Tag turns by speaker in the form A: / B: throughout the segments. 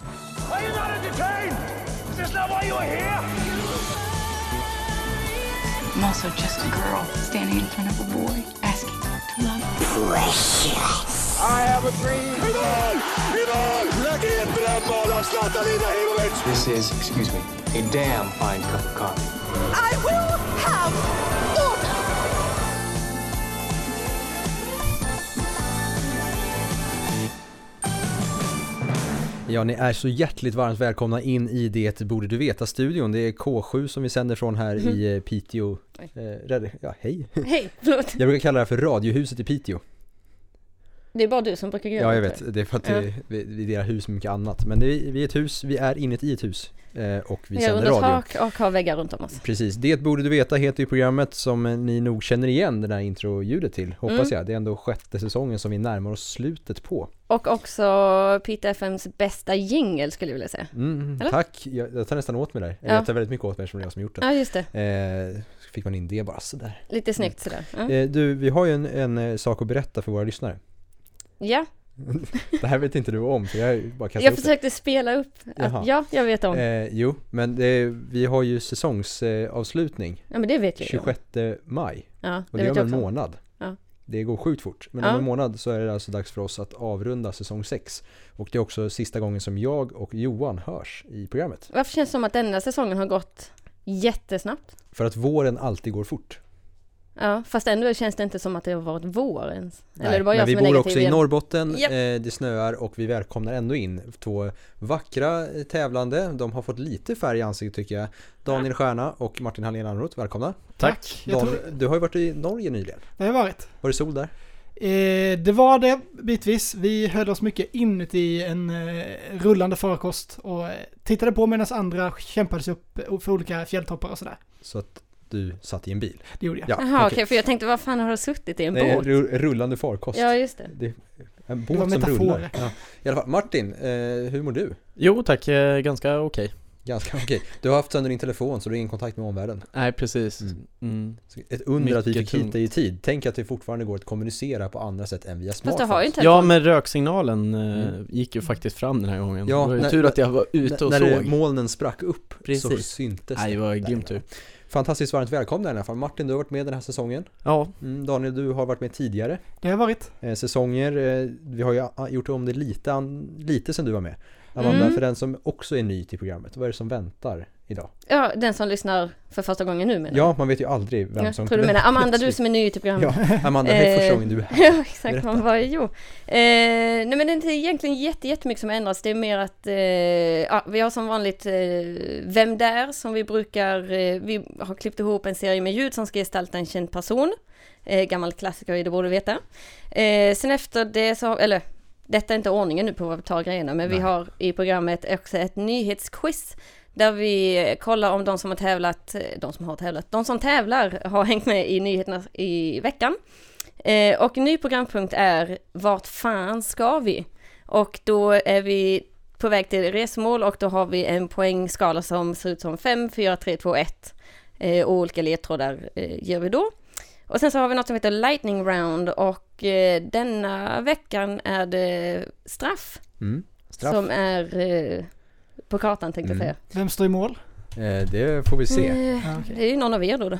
A: Are you not entertained? Is this not why you are here?
B: I'm also just a girl standing in front of a boy asking to love.
C: This is, excuse me, a damn fine cup of coffee.
D: I will have order.
E: Ja, ni är så hjärtligt varmt välkomna in i det borde du veta-studion. Det är K7 som vi sänder från här i eh, Piteå. Eh,
F: Mm. Oj.
E: red- ja, hej.
F: Hej, förlåt.
E: Jag brukar kalla det här för radiohuset i Piteå.
F: Det är bara du som brukar göra
E: Ja, jag
F: det, tror
E: vet. Det är för att det, vi, vi delar hus med mycket annat. Men det är, vi är ett hus, vi är inne i ett hus eh, och vi
F: Vi har
E: sänder
F: under
E: radio.
F: tak och har väggar runt om oss.
E: Precis, det borde du veta heter ju programmet som eh, ni nog känner igen det där introljudet till, hoppas
F: Mm.
E: jag. Det är ändå sjätte säsongen som vi närmar oss slutet på.
F: Och också Pita FMs bästa jingle skulle jag vilja säga.
E: Mm,
F: Eller?
E: tack, jag, jag tar nästan åt mig där. Eller
F: Ja.
E: Jag tar väldigt mycket åt mig eftersom det är jag som har gjort det.
F: Ja, just det.
E: Eh, fick man in det bara sådär.
F: Lite snyggt sådär. Ja.
E: Eh, du, vi har ju en, en eh, sak att berätta för våra lyssnare.
F: ja,
E: Det här vet inte du om, för jag bara kastar
F: jag
E: upp
F: försökte spela upp
E: Jaha.
F: att ja, jag vet om.
E: det. Eh, jo, men det, vi har ju säsongsavslutning eh, avslutning
F: Ja, men det vet jag ju.
E: 26 maj
F: Ja,
E: och
F: det
E: det är
F: vet
E: om
F: jag
E: en
F: också.
E: månad.
F: Ja.
E: Det går sjukt fort, men om
F: Ja.
E: en månad så är det alltså dags för oss att avrunda säsong 6. Och det är också sista gången som jag och Johan hörs i programmet.
F: Varför känns det som att denna säsongen har gått jättesnabbt?
E: För att våren alltid går fort.
F: Ja, fast ändå känns det inte som att det har varit vår ens. Eller är det bara
E: Nej,
F: jag
E: men
F: som är
E: vi bor
F: negativ
E: också i
F: igen?
E: Norrbotten,
F: Japp.
E: eh, det snöar och vi välkomnar ändå in två vackra eh, tävlande. De har fått lite färg i ansiktet tycker jag. Daniel Stjärna och Martin Hallén Almroth, välkomna.
G: Tack. Jag
E: Daniel,
G: tror,
E: Du har ju varit i Norge nyligen.
G: det har varit.
E: Var det sol där?
G: Eh, det var det bitvis. Vi höll oss mycket inuti en eh, rullande farkost och eh, tittade på medan andra kämpades upp eh, för olika fjälltoppar och sådär.
E: Så att du satt i en bil.
G: Det gjorde jag.
E: Ja,
F: Jaha, okej, för jag tänkte vad fan har du suttit i en
E: Nej, en
F: båt?
E: ru- rullande farkost.
F: Ja, just det.
E: Det är en
G: var
E: båt som
G: metafor.
E: rullar. Ja. I alla fall, Martin, eh, hur mår du?
H: Jo tack, eh, ganska okej.
E: Ganska okej. Du har haft sönder din telefon så du har ingen kontakt med omvärlden.
H: Nej precis.
E: Mm.
H: Mm.
E: Så Ett under att vi
H: Mycket
E: fick hit
H: tungt.
E: dig i tid. Tänk att det fortfarande går att kommunicera på andra sätt än via
F: Fast
E: smartphones.
F: du har ju inte
H: Ja men röksignalen eh,
E: Mm.
H: gick ju faktiskt fram den här gången.
E: Ja,
H: det var ju
E: när-
H: tur att jag var ute och
E: när det-
H: såg.
E: molnen sprack upp så
H: Precis.
E: syntes
H: Nej det var
E: där
H: grymt
E: inne.
H: tur.
E: Fantastiskt varmt välkomna i alla fall. Martin, du har varit med den här säsongen.
H: Ja,
E: Mm, Daniel, du har varit med tidigare
G: Det har varit.
E: eh, säsonger. Eh, vi har ju a- gjort om det lite, an- lite sen du var med. Amanda,
F: Mm.
E: för den som också är ny till programmet, vad är det som väntar idag?
F: Ja, den som lyssnar för första gången nu menar
E: Ja, man vet ju aldrig vem
F: jag.
E: som...
F: Jag tror du menar Amanda, du som är ny i typ programmet.
E: Ja, Amanda, det här är första
F: Eh,
E: gången du är här.
F: Ja, exakt.
E: Berätta.
F: Man bara, jo. Eh, nej men det är inte egentligen jätte, jättemycket som ändras. Det är mer att eh, ja, vi har som vanligt eh, Vem där? som vi brukar, eh, vi har klippt ihop en serie med ljud som ska gestalta en känd person. Eh, gammal klassiker i Det borde du veta. Eh, sen efter det så, har- eller detta är inte ordningen nu på vad vi tar grejerna, men vi har i programmet också ett nyhetsquiz där vi eh, kollar om de som har tävlat, eh, de som har tävlat, de som tävlar har hängt med i nyheterna i veckan. Eh, och en ny programpunkt är Vart fan ska vi? Och då är vi på väg till resmål och då har vi en poängskala som ser ut som 5, 4, 3, 2, 1. Eh, och olika ledtrådar eh, ger vi då. Och sen så har vi något som heter Lightning Round och eh, denna veckan är det straff,
E: Mm, straff.
F: som är eh, på kartan tänkte
E: Mm.
F: jag säga.
G: Vem står i mål?
E: Eh, det får vi se.
F: Eh,
G: Ja, okej.
F: Det är ju någon av er då. då.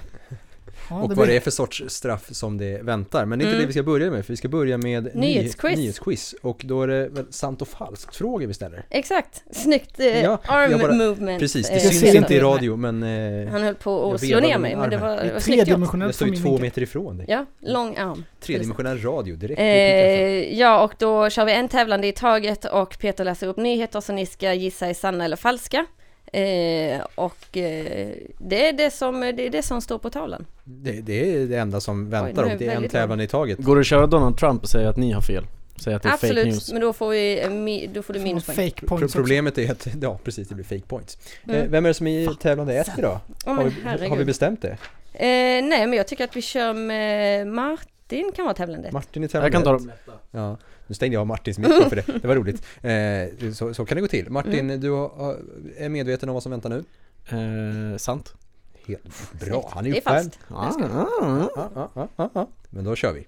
G: Ja,
E: Och
G: det
E: vad
G: blir-
E: det är för sorts straff som det väntar. Men det är inte
F: Mm.
E: det vi ska börja med, för vi ska börja med nyhe-
F: Nyhetsquiz.
E: nyhetsquiz. Och då är det väl sant och falskt frågor vi ställer.
F: Exakt, snnyggt eh,
E: Ja,
F: arm
E: jag bara-
F: movement.
E: Precis, det
F: eh,
E: syns
G: ser
E: inte i
G: inte.
E: radio men eh,
F: Han höll på
E: Jag
F: att slå
E: vevade
F: ner
E: med
F: mig, men det
E: armen.
F: var,
G: det
F: det
G: är
F: var snyggt gjort.
E: jag
G: tredimensionellt
E: står
G: från
E: ju
G: min
E: två
G: vinkel.
E: meter ifrån dig.
F: Ja, lång arm.
E: Tredimensionell radio direkt. Eh,
F: Eh, ja, och då kör vi en tävlande i taget och Peter läser upp nyheter som ni ska gissa är sanna eller falska. Eh, och eh, det, är det, som, det är det som står på tavlan.
E: det, det är det enda som väntar
F: Oj, nu
E: och det är en
F: väldigt
E: tävlande i taget.
H: går det att köra Donald Trump och säga att ni har fel? Säga att det är fake
F: Absolut,
H: news?
F: men då får, vi, eh, mi- då får du minuspoäng.
G: Fake
E: Pro-
G: points också.
E: Problemet är att, ja precis, det blir fake points. Eh,
F: Mm.
E: vem är det som är tävlande ett idag?
F: Åh,
E: Har
F: men
E: vi, har vi
F: herregud.
E: bestämt det?
F: Eh, nej, men jag tycker att vi kör med Martin kan vara tävlande.
E: Martin är tävlande
H: Jag kan ta
E: ett.
H: dem.
E: Ja. Nu stängde jag av Martins mikrofon för det, det var roligt. Eh, så, så kan det gå till. Martin,
F: Mm.
E: du har, är medveten om vad som väntar nu?
H: Eh, sant.
E: Helt bra, han är
F: det är
E: uppvärmd.
F: fast.
H: Ah, ah, ah.
E: Ja, ja, ja, ja, ja. Men då kör vi.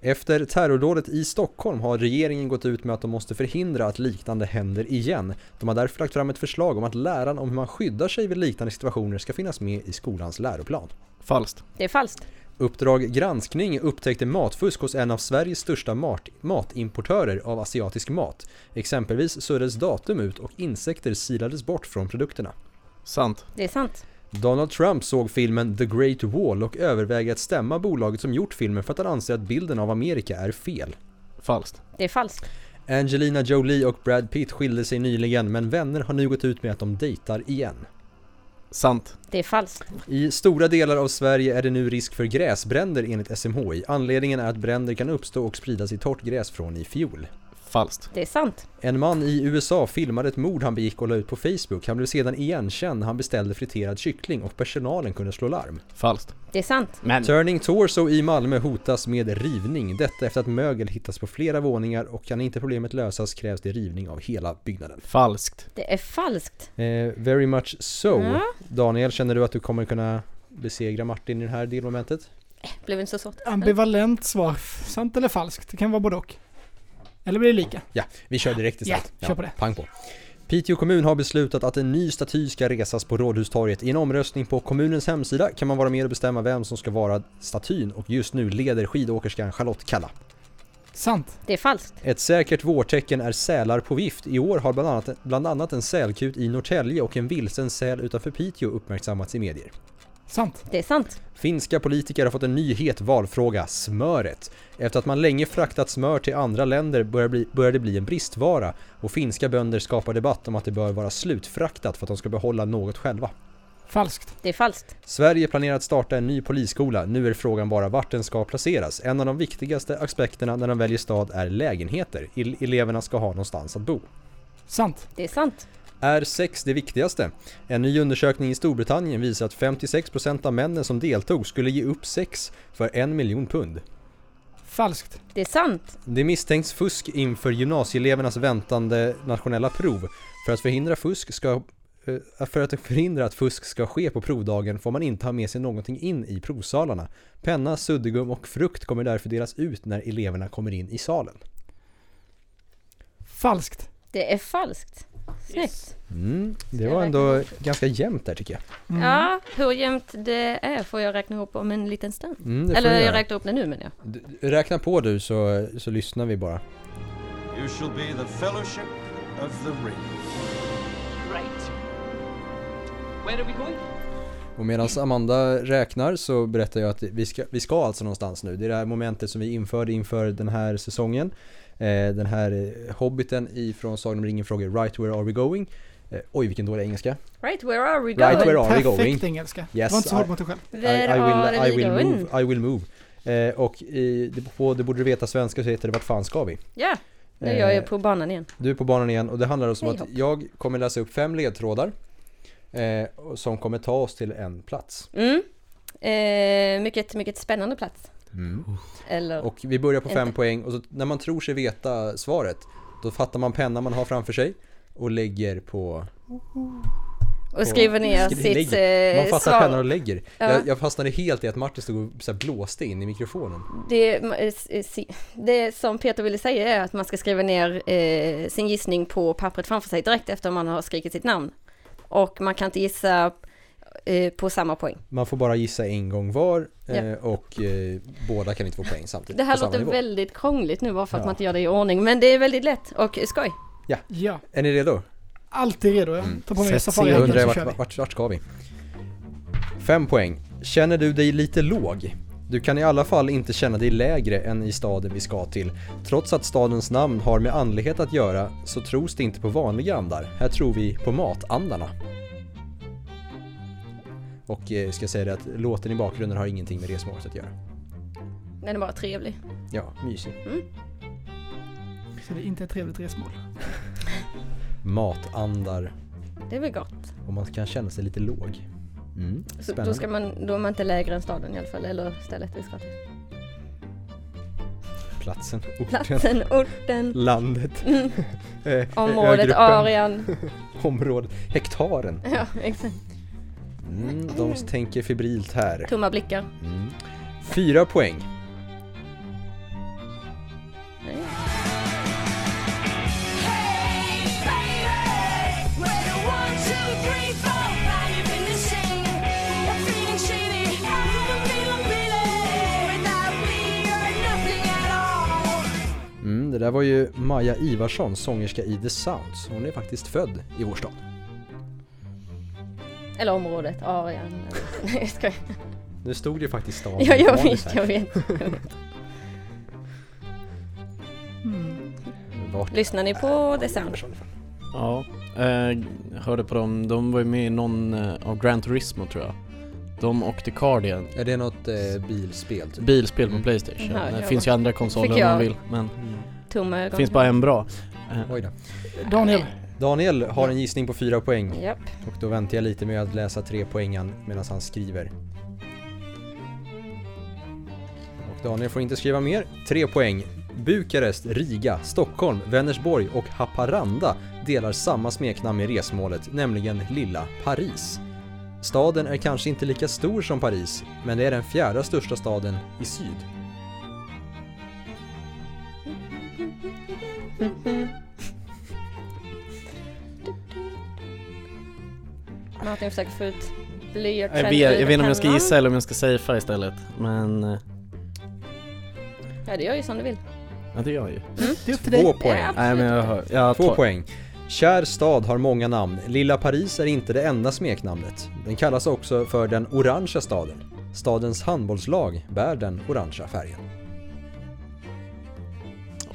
E: Efter terrordådet i Stockholm har regeringen gått ut med att de måste förhindra att liknande händer igen. De har därför lagt fram ett förslag om att läran om hur man skyddar sig vid liknande situationer ska finnas med i skolans läroplan.
H: Falskt.
F: Det är falskt.
E: Uppdrag granskning upptäckte matfusk hos en av Sveriges största mat- matimportörer av asiatisk mat. Exempelvis suddades datum ut och insekter silades bort från produkterna.
H: Sant.
F: Det är sant.
E: Donald Trump såg filmen The Great Wall och överväger att stämma bolaget som gjort filmen för att han anser att bilden av Amerika är fel.
H: Falskt.
F: Det är falskt.
E: Angelina Jolie och Brad Pitt skilde sig nyligen men vänner har nu gått ut med att de dejtar igen.
H: Sant.
F: Det är falskt.
E: I stora delar av Sverige är det nu risk för gräsbränder enligt SMHI. Anledningen är att bränder kan uppstå och spridas i torrt gräs från i fjol.
H: Falskt.
F: Det är sant.
E: En man i USA filmade ett mord han begick och la ut på Facebook. Han blev sedan igenkänd när han beställde friterad kyckling och personalen kunde slå larm.
H: Falskt.
F: Det är sant.
H: Men.
E: Turning Torso i Malmö hotas med rivning. Detta efter att mögel hittats på flera våningar och kan inte problemet lösas krävs det rivning av hela byggnaden.
H: Falskt.
F: Det är falskt.
E: Eh, very much so.
F: Ja.
E: Daniel, känner du att du kommer kunna besegra Martin i det här delmomentet?
F: Blev inte så svårt.
G: Ambivalent svar. Sant eller falskt? Det kan vara både och. Eller blir det lika?
E: Ja, vi kör direkt istället.
G: Ja, kör på det.
E: Pang på. Piteå kommun har beslutat att en ny staty ska resas på Rådhustorget. I en omröstning på kommunens hemsida kan man vara med och bestämma vem som ska vara statyn och just nu leder skidåkerskan Charlotte Kalla.
G: Sant.
F: Det är falskt.
E: Ett säkert vårtecken är sälar på vift. I år har bland annat, bland annat en sälkut i Norrtälje och en vilsen säl utanför Piteå uppmärksammats i medier.
G: Sant.
F: Det är sant.
E: Finska politiker har fått en ny het valfråga, smöret. Efter att man länge fraktat smör till andra länder börjar, bli, börjar det bli en bristvara och finska bönder skapar debatt om att det bör vara slutfraktat för att de ska behålla något själva.
G: Falskt.
F: Det är falskt.
E: Sverige planerar att starta en ny polisskola, nu är frågan bara vart den ska placeras. En av de viktigaste aspekterna när de väljer stad är lägenheter. Il- eleverna ska ha någonstans att bo.
G: Sant.
F: Det är sant.
E: Är sex det viktigaste? En ny undersökning i Storbritannien visar att 56% av männen som deltog skulle ge upp sex för en miljon pund.
G: Falskt.
F: Det är sant.
E: Det misstänks fusk inför gymnasieelevernas väntande nationella prov. För att förhindra fusk ska eh, för att förhindra att fusk ska ske på provdagen får man inte ha med sig någonting in i provsalarna. Penna, suddgum och frukt kommer därför delas ut när eleverna kommer in i salen.
G: Falskt.
F: Det är falskt. Snyggt.
E: Mm, det var ändå ganska jämnt där tycker jag.
F: Ja, hur jämnt det är får jag räkna ihop om en liten stund.
E: Mm, det får
F: Eller
E: du
F: jag
E: göra.
F: räknar upp det nu men jag.
E: D- Räkna på du så, så lyssnar vi bara.
I: You shall be the Fellowship of the Ring.
E: Och medan Amanda räknar så berättar jag att vi ska, vi ska alltså någonstans nu. Det är det här momentet som vi införde inför den här säsongen. Eh, den här eh, hobbiten ifrån Sagan om ringen frågar Right where are we going? Eh, oj vilken dålig engelska.
F: Right, where are we going?
E: Right, where are we going?
G: Perfekt engelska.
E: Yes,
G: Det var inte så hård
E: I-
G: mot dig själv.
F: Where are we
E: I will
F: going?
E: move, I will move. Eh, och i, det- på Det borde du veta svenska så heter det Vart fan ska vi?
F: Ja, nu är jag
E: Eh,
F: på banan igen.
E: Du är på banan igen och det handlar alltså om
F: Hej
E: att jag kommer läsa upp fem ledtrådar eh, och som kommer ta oss till en plats.
F: Mm. Eh, mycket, mycket spännande plats. Eller,
E: Och vi börjar på fem
F: Inte.
E: poäng och så, när man tror sig veta svaret då fattar man pennan man har framför sig och lägger på...
F: och skriver ner
E: skri-
F: sitt
E: lägger. Man
F: eh,
E: fattar pennan
F: svar.
E: och lägger.
F: Ja.
E: Jag, jag fastnade helt i att Martin stod och så här blåste in i mikrofonen.
F: Det, eh, se- det som Peter ville säga är att man ska skriva ner eh, sin gissning på pappret framför sig direkt efter man har skrikit sitt namn. Och man kan inte gissa eh, på samma poäng.
E: Man får bara gissa en gång var eh,
F: Ja.
E: och eh, båda kan inte få poäng samtidigt.
F: Det här
E: på samma
F: låter
E: nivå.
F: väldigt krångligt nu bara för att
E: Ja.
F: man inte gör det i ordning. Men det är väldigt lätt och skoj.
G: Ja.
E: Är ni redo?
G: Alltid redo.
E: Mm.
G: Jag tar på mig
H: Sätt
G: safari
E: Jag
H: scenen.
E: undrar
G: så
E: vart,
G: kör vi.
E: vart, vart, vart ska vi? Fem poäng. Känner du dig lite låg? Du kan i alla fall inte känna dig lägre än i staden vi ska till. Trots att stadens namn har med andlighet att göra så tros det inte på vanliga andar. Här tror vi på matandarna. Och eh, ska jag säga det att låten i bakgrunden har ingenting med resmålet att göra.
F: Den är bara trevlig.
E: Ja, mysig.
G: Så det är inte ett trevligt resmål.
E: Matandar
F: Det är väl gott.
E: och man kan känna sig lite låg. Mm,
F: Så då, ska man, då är man inte lägre än staden i alla fall, eller stället vi ska till.
E: Platsen, orten,
F: Platsen, orten,
E: landet,
F: Mm.
E: eh,
F: området,
E: ögruppen.
F: arean.
E: området, hektaren.
F: Ja, exakt.
E: Mm, de tänker febrilt här. Mm.
F: Tomma blickar.
E: Fyra poäng. Mm, Det där var ju Maja Ivarsson, sångerska i The Sounds. Hon är faktiskt född i vår stad.
F: Eller området, Arian. Nej, jag skojar.
E: Nu stod det ju faktiskt staden
F: Ja, jag
E: på manus
F: vet,
E: här.
F: jag vet.
E: Mm, Vart
F: Lyssnar ni på The Sound?
E: Ivarsson ifrån?
H: Ja, eh, hörde på dem. De var ju med i någon eh, av Gran Turismo tror jag. De och The Cardian.
E: Är det något eh, bilspel? Typ?
H: Bilspel på
E: Mm.
H: Playstation.
F: Ja,
H: det
F: jag-
H: finns ju andra konsoler om man
F: jag-
H: vill, men
F: Tomma ögon.
H: det finns bara en bra. Eh,
E: Oj då.
G: Daniel,
E: Daniel har en gissning på fyra poäng
F: Japp.
E: och då väntar jag lite med att läsa tre poängen medan han skriver. Och Daniel får inte skriva mer. Tre poäng. Bukarest, Riga, Stockholm, Vänersborg och Haparanda delar samma smeknamn i resmålet, nämligen Lilla Paris. Staden är kanske inte lika stor som Paris, men det är den fjärde största staden i syd.
F: Martin försöker få ut blyert.
H: Jag vet, jag vet inte om jag ska gissa eller om jag ska safea istället, men eh,
F: Ja, det gör ju som du vill.
H: ja, det gör jag ju.
G: det är upp till dig.
E: Två poäng.
F: Ja,
H: Nej men jag hör. Jag
E: Två
H: tar-
E: poäng. Kär stad har många namn. Lilla Paris är inte det enda smeknamnet. Den kallas också för den orangea staden. Stadens handbollslag bär den orangea färgen.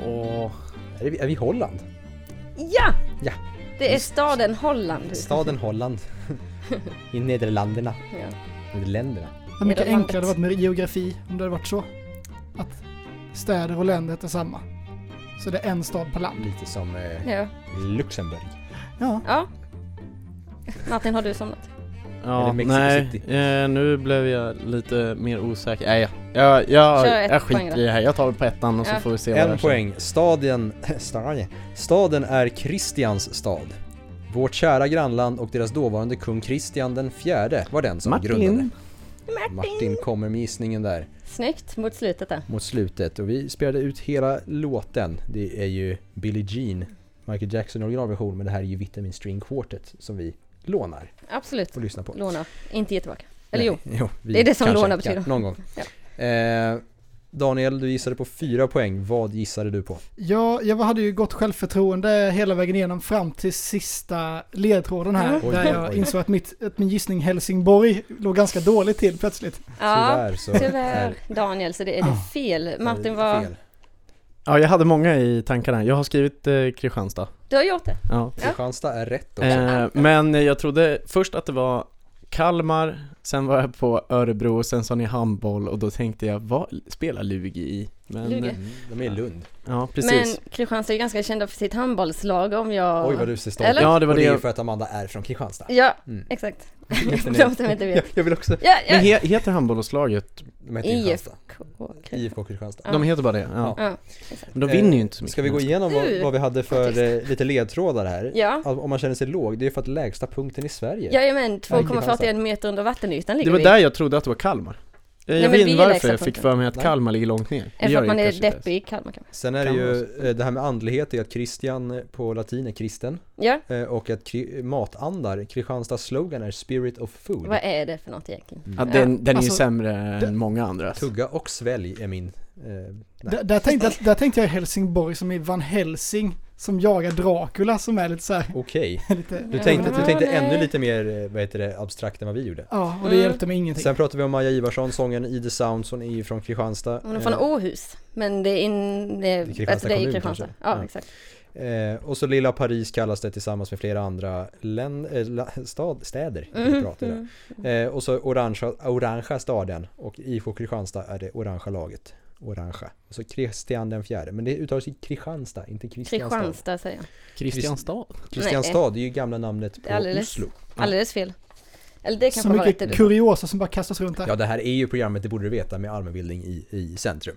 H: Åh,
E: Är vi, är vi i Holland?
F: Ja!
E: Ja.
F: Det är staden Holland.
E: Staden Holland. I Nederländerna.
F: Ja.
E: Nederländerna.
G: Hur mycket
F: Nederlandet.
G: enklare det hade varit med geografi om det hade varit så. Att städer och länder heter samma. Så det är en stad per land.
E: Lite som eh,
F: Ja.
E: Luxemburg.
G: Ja,
F: ja. Martin, har du somnat?
H: ja,
E: Eller Mexico
H: nej,
E: City.
H: eh, nu blev jag lite mer osäker. Nej, jag, jag,
F: Kör
H: jag,
F: ett
H: jag
F: poäng
H: skiter
F: då.
H: i det här. Jag tar på ettan och så
F: Ja.
H: får vi se vad det
E: En
H: här sen.
E: poäng. Staden, staden, staden är Kristians stad. Vårt kära grannland och deras dåvarande kung Kristian den fjärde var den som
H: Martin.
E: grundade. Martin kommer med gissningen där.
F: Snyggt mot slutet där.
E: mot slutet och vi spelade ut hela låten. Det är ju Billie Jean, Michael Jackson originalversion men det här är ju Vitamin String Quartet som vi lånar
F: Absolut.
E: och lyssnar på.
F: Låna. Inte ge tillbaka. Eller jo.
E: Nej, jo vi
F: Det är det som
E: kanske
F: låna
E: kan-
F: betyder.
E: Någon gång. Eh, Daniel, du gissade på fyra poäng. Vad gissade du på?
G: jag, jag hade ju gott självförtroende hela vägen igenom fram till sista ledtråden här.
E: Oj,
G: där
E: oj,
G: jag
E: oj.
G: insåg att, mitt, att min gissning Helsingborg låg ganska dåligt till plötsligt.
F: Ja,
E: Tyvärr så
F: tyvärr Daniel, så det är det fel. Martin, vad...
E: fel.
H: Ja, jag hade många i tankarna. Jag har skrivit eh, Kristianstad.
F: Du har gjort det.
H: Ja.
E: Kristianstad är rätt också.
H: Eh, men jag trodde först att det var Kalmar, sen var jag på Örebro, sen sa ni handboll och då tänkte jag, vad spelar Lugi i? Men,
F: Lugi.
H: eh,
E: Mm, de är i Lund.
H: Ja, precis.
F: Men Kristianstad är ju ganska kända för sitt handbollslag om jag...
E: Oj vad du ser stolt
F: Eller?
E: ut.
H: Ja, det var
E: Och det
H: det
E: är ju
H: jag-
E: för att Amanda är från Kristianstad.
F: Ja,
E: Mm.
F: exakt.
E: Jättenöjd.
F: De som inte
E: Jag,
F: vet.
E: jag vill också...
F: Ja,
H: Men
F: ja.
H: he, heter handbollslaget,
E: De heter Kristianstad.
F: IFK.
E: IFK Kristianstad.
H: de heter bara det? Ja.
F: Ja.
H: Men de
E: Eh,
H: vinner ju inte så mycket.
E: Ska vi gå igenom vad,
F: Du,
E: vad vi hade för eh, lite ledtrådar här?
F: Ja.
E: Om man känner sig låg, det är ju för att lägsta punkten i Sverige.
F: Jajamän,
E: Kristianstad.
F: 2,41 meter under vattenytan
H: Det
F: ligger
H: var
F: vi.
H: där jag trodde att det var Kalmar. Eh,
F: Nej, men
H: Jag vet
F: vi är
H: inte varför
F: lägsta
H: jag fick
F: punkten.
H: för mig att
E: Nej.
H: Kalmar ligger långt ner. Det
F: Är det
H: gör
F: för att
H: det
F: man
H: ju
F: är
H: kanske inte
F: deppig i Kalmar kanske.
E: Sen är det
H: Kan
E: ju, eh, det här med andlighet är att Christian eh, på latin är kristen
F: Ja,
E: eh, och att kri- matandar, Kristianstads slogan är Spirit of Food.
F: vad är det för något egentligen?
H: ens. Ja, den, den är ju
G: Alltså,
H: sämre än många andra.
E: Tugga och svälj är min. Eh, nej.
G: Där, där, tänkte, jag- där tänkte jag Helsingborg som i Van Helsing som jagar Dracula som är lite så här.
E: Okej.
G: Lite,
F: Mm.
E: Du tänkte, du tänkte
F: nej.
E: ännu lite mer, eh, vad heter det, abstrakt än vad vi gjorde.
G: Ja, och det
F: Mm.
G: hjälpte mig ingenting.
E: Sen pratar vi om Maja Ivarsson, sången I the Sounds, hon är ju från Kristianstad.
F: Hon är från
E: Eh,
F: Åhus, men det är, in, det är,
E: Kristianstad
F: alltså, det är i
E: kommun,
F: Kristianstad.
E: kanske.
F: Ja,
E: Ja.
F: exakt.
E: Eh, och så Lilla Paris kallas det tillsammans med flera andra län, eh, la- stad, städer.
F: Mm.
E: vi pratar
F: Mm-hmm.
E: idag. Eh, och så orangea, orangea staden och IFK Kristianstad är det orangea laget. Orangea. Och så Kristian den fjärde. Men det uttalas ju Kristianstad, inte Kristianstad.
F: Kristianstad säger jag.
H: Kristianstad?
E: Kristianstad det är ju gamla namnet
F: Det
E: på
F: är alldeles-
E: Oslo.
F: Alldeles fel. Eller det
G: Så
F: kanske var rätt det
G: mycket
F: du.
G: kuriosa som bara kastas runt
E: Ja
G: här.
E: det här är ju programmet, det borde du veta, med allmänbildning i, i centrum.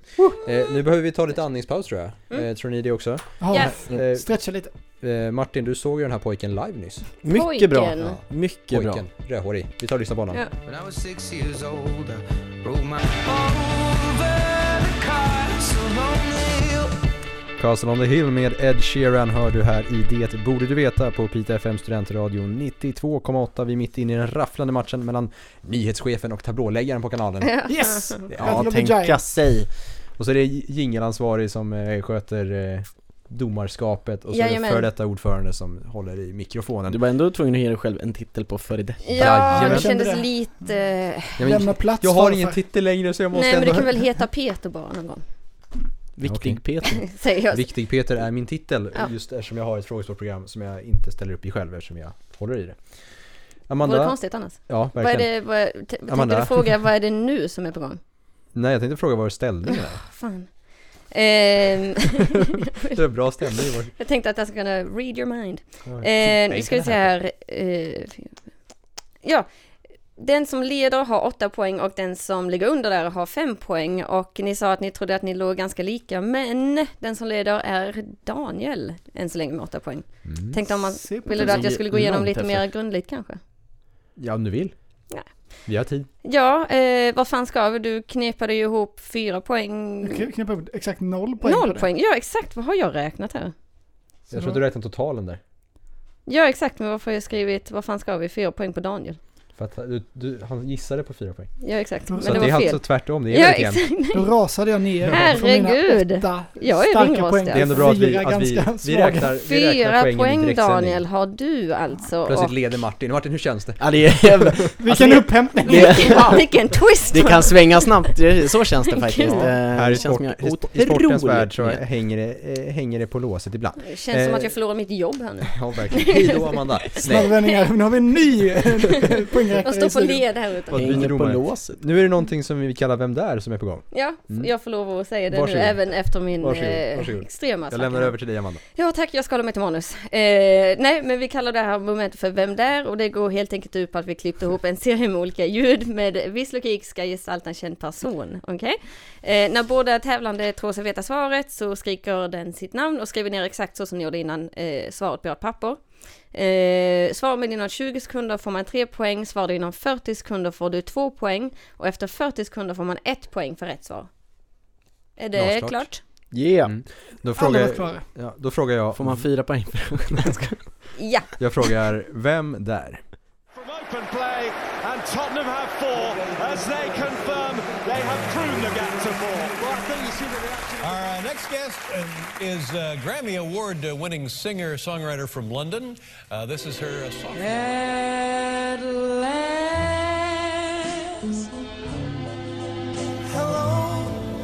E: Eh, nu behöver vi ta lite andningspaus tror jag.
F: Mm.
E: Eh, tror ni det också?
G: Ja,
F: Yes.
E: Eh,
G: Stretcha lite.
E: eh, Martin, du såg ju den här pojken live nyss.
H: Mycket bra.
F: Pojken.
E: Ja.
H: Mycket bra.
E: Pojken, rödhårig. Vi tar och lyssnar på honom.
F: Ja.
J: When I was six years old, I rode my over the castle on the hill.
E: Castle on the Hill med Ed Sheeran hör du här i Det borde du veta på Pita FM Studentradio 92,8. Vi är mitt inne i den rafflande matchen mellan nyhetschefen och tablåläggaren på kanalen.
G: Yes!
H: Ja,
G: Battle of the
H: tänka
G: Giants.
H: sig.
E: Och så är det jingelansvarig som eh, sköter eh, domarskapet och så är det
F: Jajamän.
E: för detta ordförande som håller i mikrofonen.
H: Du var ändå tvungen att ge dig själv en titel på före detta.
F: Ja,
E: Jajamän.
F: det kändes
G: Kände det.
F: lite...
E: Jag, men,
G: Lämna plats
E: jag har
G: för-
E: ingen titel längre så jag måste
F: Nej, men
E: ändå...
F: det kan väl heta Peter bara någon gång,
H: Viktig
E: Okej.
H: Peter.
F: säger jag.
E: Viktig Peter är min titel
F: Ja.
E: just eftersom jag har ett frågesportprogram som jag inte ställer upp i själv eftersom jag håller i det.
F: Vore
E: Amanda,
F: konstigt annars.
E: ja
F: Vad är
E: verkligen.
F: det, vad, t- tänkte
E: Amanda.
F: du fråga, vad är det nu som är på gång?
E: Nej jag tänkte fråga var ställningen är.
F: Fan. Ehm,
E: Det är bra stämning. i vår-
F: jag tänkte att jag skulle kunna read your mind.
E: Ja.
F: Eh, nu
E: Nej,
F: ska vi
E: det
F: se här. Eh, ja, den som leder har åtta poäng och den som ligger under där har fem poäng. Och ni sa att ni trodde att ni låg ganska lika, men den som leder är Daniel än så länge med åtta poäng.
E: Mm.
F: Tänkte om man,
G: Se på
F: ville
G: det.
F: du att jag skulle gå igenom
H: Långt
F: lite
H: efter.
F: mer grundligt kanske?
E: Ja om du vill.
F: Nej.
E: Vi har tid.
F: Ja, eh, vad fan ska vi? Du knepade ju ihop fyra poäng.
G: Du kan knäppa upp exakt noll poäng på
F: Noll
G: det.
F: poäng, ja exakt, vad har jag räknat här?
E: Jag tror att du räknar totalen där.
F: Ja exakt, men varför har jag skrivit, vad fan ska vi, fyra poäng på Daniel?
E: För att du, du, han gissade på fyra poäng.
F: Ja exakt, men
E: Så
F: det
E: det, är
F: var
E: alltså
F: fel.
E: tvärtom, det är
F: Ja
E: väldigt jämnt.
F: exakt,
G: Då rasade jag ner
F: Herregud.
G: från mina åtta
F: Jag är
G: starka
F: ringrostig.
G: poäng.
F: Det
E: Det är ändå bra att vi,
G: Fyra
E: att vi,
G: ganska
E: vi
G: svaga.
E: räknar, vi
F: Fyra
E: räknar poängen i
F: poäng
E: direktsändning.
F: Daniel har du alltså.
E: Plötsligt leder Martin. Martin hur känns det?
H: Ja, det är jävla...
E: Alltså,
G: Vilken upphämtning!
H: det,
F: och, vilken twist!
H: det kan svänga snabbt, Det- så känns det faktiskt.
F: Kul.
H: Eh,
E: Här i,
H: det känns
E: sport,
H: som jag
E: i, sp- i sportens värld så
H: otroligt-
E: hänger det, eh, hänger det på låset ibland.
F: Det känns som att
E: Eh,
F: jag förlorar mitt jobb här nu.
E: Ja verkligen. Hejdå Amanda! Nej.
G: Snabbvändningar, nu har vi en ny poängräknare
F: Jag
G: i
F: står på
G: studion.
F: led här ute.
E: Vad byter
H: Hänger på
E: domare?
H: låset.
E: Nu är det någonting som vi kallar Vem där som är på gång.
F: Ja, jag får lov att säga det
E: Mm. Varsågod.
F: nu även efter min
E: Varsågod,
F: eh,
E: varsågod.
F: extrema
E: Jag
F: svacka.
E: lämnar över till dig Amanda.
F: Ja tack, jag ska hålla mig till manus. Eh, nej, men vi kallar det här momentet för Vem där? Och det går helt enkelt ut på att vi klippte ihop en serie med olika ljud med viss logik ska gestalta en känd person. Okej? Eh, när båda tävlande tror sig veta svaret så skriker den sitt namn och skriver ner exakt så som ni gjorde innan eh, svaret på ert papper. Eh, svarar man inom 20 sekunder får man 3 poäng, svarar du inom 40 sekunder får du 2 poäng och efter 40 sekunder får man 1 poäng för rätt svar. Är det
E: Glasklart.
F: klart?
H: Yeah.
E: Då
G: Alla var
E: frågar,
G: klara.
E: ja, då frågar jag,
H: Får man fyra poäng för
F: Ja!
E: jag frågar Vem där?
A: From open play, and Tottenham have four as they confirm they have pruned the gap to four.
I: Our uh, next guest um, is uh, Grammy Award uh, winning singer songwriter from London. Uh, this is her uh, song.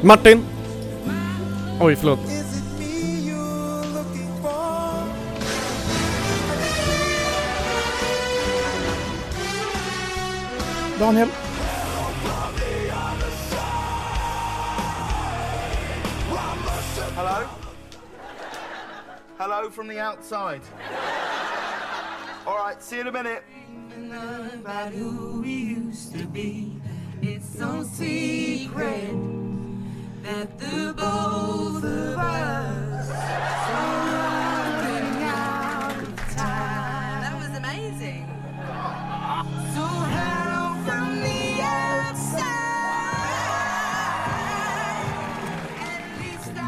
H: Martin! Oj, förlåt.
G: Daniel,
A: Hello? Hello from the outside. All right, see you in a minute.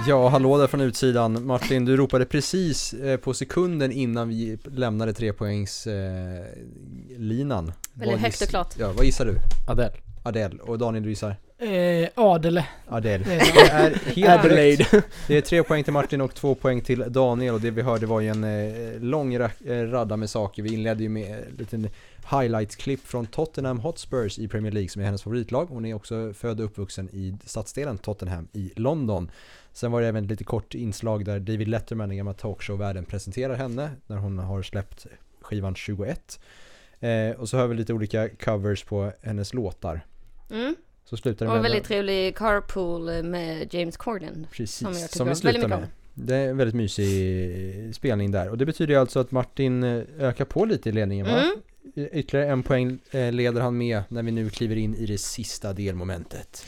E: Ja, hallå där från utsidan. Martin, du ropade precis eh, på sekunden innan vi lämnade trepoängslinan. Eh, linan.
F: Väldigt
E: Vad
F: högt
E: giss-
F: och klart.
E: Ja, vad gissar du?
H: Adele.
E: Adele. Och Daniel, du gissar?
G: eh, Adele.
E: Adele.
G: Eh,
E: Det är helt rätt.
H: Adelaide.
E: Det är tre poäng till Martin och två poäng till Daniel och det vi hörde var ju en eh, lång ra- eh, radda med saker. Vi inledde ju med en liten highlights-klipp från Tottenham Hotspurs i Premier League som är hennes favoritlag. Hon är också född och uppvuxen i stadsdelen Tottenham i London. Sen var det även ett lite kort inslag där David Letterman, den gamla talkshow-världen, presenterar henne när hon har släppt skivan 21. Eh, och så hör vi lite olika covers på hennes låtar.
F: Mm.
E: Så slutar det
F: Och en
E: med-
F: väldigt trevlig carpool med James Corden.
E: Precis,
F: som jag tycker
E: som vi
F: om.
E: slutar
F: Väldigt
E: med.
F: mycket
E: Det är en väldigt mysig spelning där. Och det betyder ju alltså att Martin eh, ökar på lite i ledningen va?
F: Mm.
E: Y- Ytterligare en poäng eh, leder han med när vi nu kliver in i det sista delmomentet.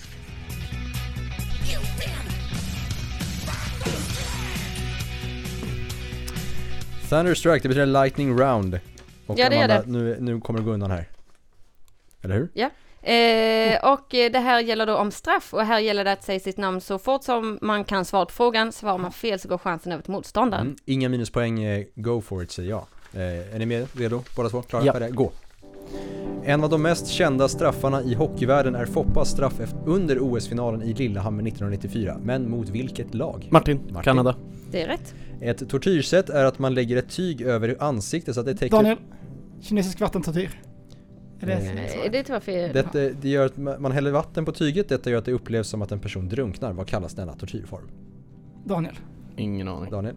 E: Thunderstrike, det betyder lightning round. Och
F: Ja, det gör
E: Amanda,
F: det.
E: Nu, nu kommer du gå undan här. Eller hur? Mm.
F: Eh, och eh, det här gäller då om straff och här gäller det att säga sitt namn så fort som man kan svara på frågan. Svarar man fel så går chansen över till motståndaren.
E: Mm. Inga minuspoäng, eh, go for it säger jag. Eh, är ni med? Redo? Båda två? Klara?
H: Ja.
E: Färdiga? Gå! En av de mest kända straffarna i hockeyvärlden är Foppas straff efter- under OS-finalen i Lillehammer 1994. Men mot vilket lag?
H: Martin,
E: Martin.
H: Kanada.
E: Mm.
F: Det är rätt.
E: Ett tortyrsätt är att man lägger ett tyg över ansiktet så att det täcker...
G: Daniel, kinesisk vattentortyr. Är det
F: Nej, Eh, det var fel.
E: Detta, det gör att man man häller vatten på tyget, detta gör att det upplevs som att en person drunknar. Vad kallas denna tortyrform?
G: Daniel?
H: Ingen aning.
E: Daniel?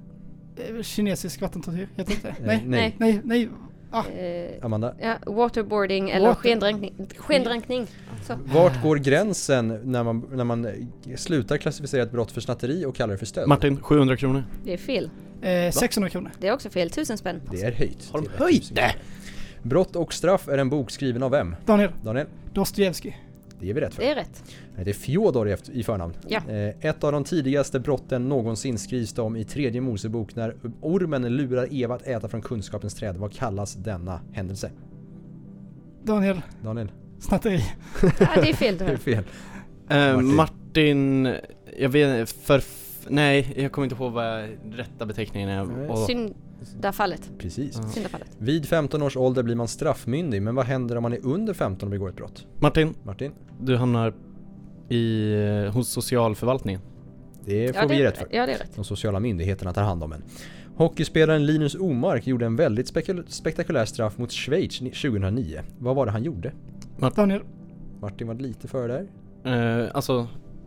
G: Eh, Kinesisk vattentortyr, heter det inte?
E: Eh,
G: Nej,
E: nej.
G: nej, nej. Ah,
F: Eh,
E: Amanda?
F: ja, waterboarding eller
G: Water-
F: skendränkning. skendränkning. Så.
E: Vart går gränsen när man, när man eh, slutar klassificera ett brott för snatteri och kallar det för stöld?
H: Martin, 700 kronor.
F: Det är fel.
G: eh, 600 kronor.
F: Det är också fel. Tusen spänn.
E: Det är höjt.
H: Har de
E: till 1000
H: höjt det?
E: Brott och straff är en bok skriven av vem?
G: Daniel,
E: Daniel?
G: Dostojevskij.
E: Det ger vi rätt för.
F: Det är rätt.
E: Nej, det är Fjodor i efter- i förnamn.
F: Ja.
E: Eh, ett av de tidigaste brotten någonsin skrivs det om i tredje Mosebok när ormen lurar Eva att äta från kunskapens träd. Vad kallas denna händelse?
G: Daniel,
E: Daniel?
G: snatteri.
F: Ja, det är fel det
E: Det är
F: här.
E: fel.
H: Eh,
E: Martin.
H: Martin, jag vet för... Nej, jag kommer inte ihåg vad rätta beteckningen är.
E: Nej.
H: Och,
F: Syndafallet.
E: Precis.
F: Syndafallet.
E: Vid 15 års ålder blir man straffmyndig, men vad händer om man är under 15 och begår ett brott?
H: Martin,
E: Martin?
H: du hamnar i, eh, hos socialförvaltningen.
E: Det får
F: Ja,
E: vi
F: det,
E: rätt för.
F: ja, det är rätt.
E: De sociala myndigheterna tar hand om en. Hockeyspelaren Linus Omark gjorde en väldigt spekul- spektakulär straff mot Schweiz ni- 2009. Vad var det han gjorde?
G: Daniel,
E: Martin var lite före där.
H: Eh, alltså,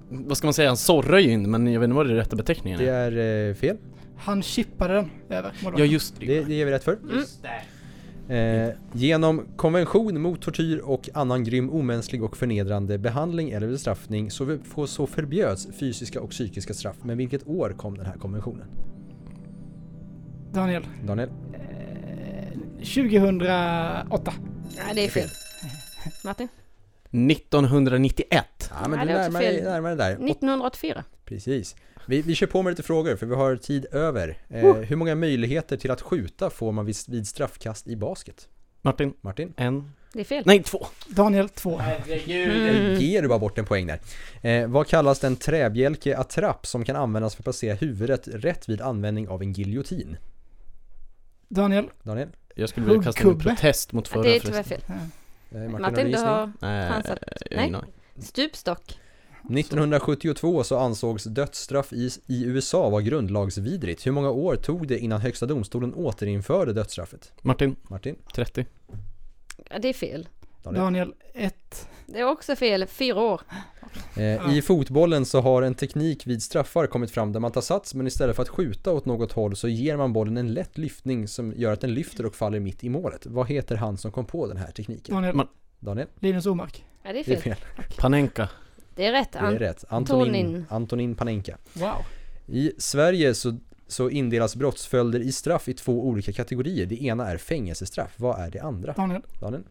H: vad ska man säga? Han sorrar ju in, men jag vet inte vad det rätta beteckningen
E: Det
H: är.
E: är eh, fel.
G: han chippade den över
H: Ja,
G: målvakten.
H: just det.
E: Det, det ger vi rätt för. Eh, genom konvention mot tortyr och annan grym, omänsklig och förnedrande behandling eller bestraffning så, för, så förbjöds fysiska och psykiska straff. Men vilket år kom den här konventionen?
G: Daniel,
E: Daniel?
G: 2008.
F: Nej, det är fel. Martin?
H: 1991.
E: Ja men
F: Nej,
E: du
F: det är också
E: närmar
F: fel.
E: närmare där. Och,
F: 1984.
E: precis. Vi, vi kör på med lite frågor för vi har tid över. Eh, Hur många möjligheter till att skjuta får man vid, vid straffkast i basket?
H: Martin,
E: Martin?
H: en.
F: Det är fel.
H: Nej, två.
G: Daniel 2.
E: Mm. Ger du bara bort en poäng där. Eh, vad kallas den träbjälke attrapp som kan användas för att placera huvudet rätt vid användning av en giljotin?
G: Daniel,
E: Daniel?
H: Jag skulle vilja kasta en
G: Huggkubbe.
H: protest mot
F: Ja,
H: förra
F: det är tyvärr
H: förresten.
F: fel.
E: Eh, Martin, har
F: Martin, du
E: gissning?
F: har
H: Nej,
F: chansat.
H: jag har ingen aning.
F: Stupstock.
E: 1972 så ansågs dödsstraff i, i USA vara grundlagsvidrigt. Hur många år tog det innan högsta domstolen återinförde dödsstraffet?
H: Martin,
E: Martin?
H: 30.
F: Ja, det är fel.
E: Daniel.
G: Daniel 1.
F: Det är också fel. Fyra år.
E: Eh, I fotbollen så har en teknik vid straffar kommit fram där man tar sats men istället för att skjuta åt något håll så ger man bollen en lätt lyftning som gör att den lyfter och faller mitt i målet. Vad heter han som kom på den här tekniken?
G: Daniel,
H: Man-
E: Daniel?
G: Linus Omark.
F: Ja, det är
E: Det är
F: fel.
E: fel.
H: Panenka.
F: Det är rätt.
E: Det är
F: An-
E: rätt. Antonin,
F: Antonin.
E: Antonin Panenka.
G: Wow.
E: I Sverige så, så indelas brottsföljder i straff i två olika kategorier. Det ena är fängelsestraff. Vad är det andra?
G: Daniel,
E: Daniel?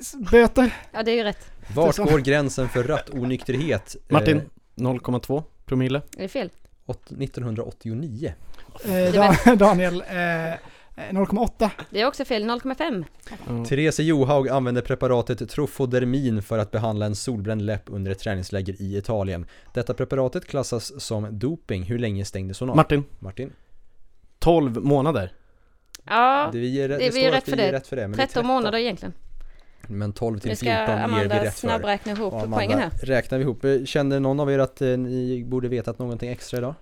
G: s- böter.
F: Ja, det är ju rätt.
E: Vart
G: Precis.
E: går gränsen för rattonykterhet?
H: Martin,
E: Eh,
H: 0,2 promille.
F: Det är fel.
E: åt- 1989.
G: Eh, Dan- Daniel, eh, eh, 0,8.
F: Det är också fel. 0,5.
H: Mm.
E: Mm. Therese Johaug använde preparatet Trofodermin för att behandla en solbränd läpp under ett träningsläger i Italien. Detta preparatet klassas som doping. Hur länge stängdes hon av?
H: Martin,
E: Martin?
H: 12 månader.
F: Ja,
E: Det, vi är, det,
F: Det- vi
E: står
F: är
E: att
F: rätt för
E: vi är
F: det.
E: rätt för det. Men det är
F: 13 månader egentligen.
E: Men 12
F: Nu
E: till 14
F: ska
E: ger vi
F: Amanda
E: rätt för.
F: snabbräkna ihop
E: Och Amanda,
F: poängen här.
E: räknar vi ihop. Eh, Kände någon av er att eh, ni borde vetat någonting extra idag?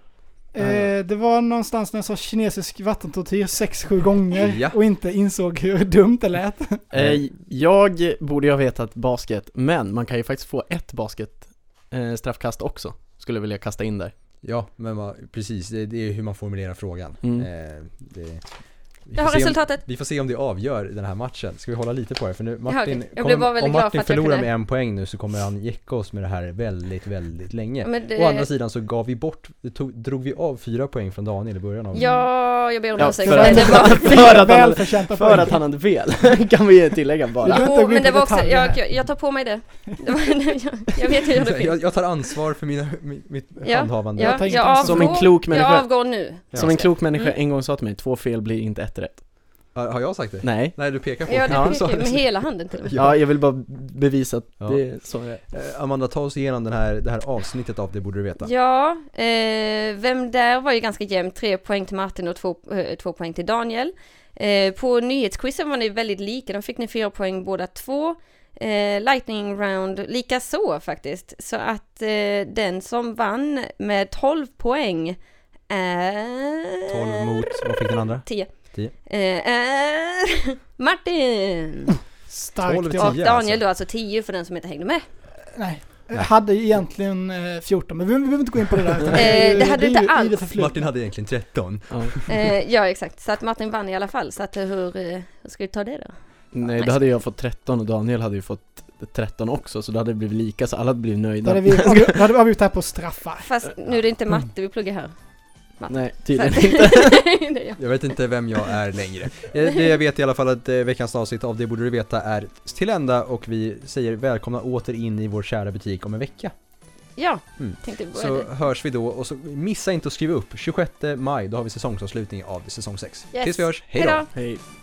G: Eh, det var någonstans när jag sa kinesisk vattentortyr 6-7 gånger
E: Ja.
G: och inte insåg hur dumt det lät.
H: Eh, jag borde ju ha vetat basket, men man kan ju faktiskt få ett basket eh, straffkast också. Skulle jag vilja kasta in där.
E: Ja, men vad- precis. Det, det är hur man formulerar frågan.
H: Mm.
E: Eh, det, vi
F: Det
E: får
F: har
E: se om-
F: resultatet.
E: Vi får se om det avgör den här matchen. Ska vi hålla lite på det? För nu Martin,
F: okej. Jag blev bara
E: om
F: väldigt glad för
E: Martin
F: att jag
E: förlorar
F: kunde-
E: med en poäng nu så kommer han jäcka oss med det här väldigt, väldigt länge.
F: Men det-
E: Å andra sidan så gav vi bort, det tog, drog vi av fyra poäng från Daniel i början av
F: Ja, jag ber om
H: Ja,
F: ursäkt.
H: för
F: men
H: att-
F: det var-
H: För att han,
G: Välförtjänta
H: för
G: poäng.
H: att han hade fel, kan vi ju tillägga bara.
G: behöver inte
F: Jo,
G: gå in
F: men
G: på
F: det var också,
G: detaljer här.
F: jag, jag, jag tar på mig det. det var, jag, jag vet ju hur det
E: jag, jag tar ansvar för mina, mitt, mitt
F: Ja,
E: handhavande.
F: Ja,
G: tar inget
F: jag
G: ansvar.
F: avgår,
H: Som en klok
F: jag
H: människa.
F: avgår nu.
H: Som en klok människa en gång sa till mig, två fel blir inte ett rätt.
E: Har har jag sagt det?
H: Nej.
E: Nej, du pekar på
F: Ja,
E: mig.
H: Ja,
F: det
E: så-
F: pekar ju med hela handen till och med.
H: Ja, jag vill bara bevisa att
E: Ja.
H: det så är det.
E: Eh, Amanda, ta oss igenom den här, det här avsnittet av Det borde du veta.
F: Ja, eh, vem där var ju ganska jämn. Tre poäng till Martin och två, eh, två poäng till Daniel. Eh, på nyhetsquizen var ni väldigt lika. De fick ni fyra poäng båda två. Eh, lightning round lika så faktiskt. Så att eh, den som vann med 12 poäng är...
E: 12 mot, vad fick den andra?
F: 10.
E: 10.
F: Eh, är Martin!
G: Starkt
E: 12
G: ja.
F: Och
E: 10
F: Daniel
E: alltså.
F: då, alltså 10 för den som inte hängde med.
G: Nej. Jag hade egentligen eh, 14, men vi, vi behöver inte gå in på det där. utan är
F: Eh,
G: ju-
F: det hade
G: är
F: du inte
G: ju i
F: alls.
G: det förflutna.
E: Martin hade egentligen 13.
H: Ja.
F: Eh, ja, exakt. Så att Martin vann i alla fall. Så att eh, hur, eh, hur ska vi ta det då?
H: Nej, då hade jag fått 13 och Daniel hade ju fått 13 också, så då hade det blivit lika, så alla hade blivit
G: Då
H: nöjda.
G: hade vi avgj- då hade vi avgjort det här på straffar.
F: Fast nu är det inte matte vi pluggar här.
H: Nej,
F: För-
H: tydligen inte.
F: det är jag.
E: Jag vet inte vem jag är längre. Eh, Det jag vet i alla fall att eh, veckans avsnitt av Det borde du veta är till ända och vi säger välkomna åter in i vår kära butik om en vecka.
F: ja,
E: Mm.
F: tänkte börja
E: Så
F: det.
E: hörs vi då och så missa inte att skriva upp. 26 maj, då har vi säsongsavslutning av säsong 6.
F: Yes.
E: Tills vi hörs, hej
F: Hej
E: då!
F: då.
H: Hej.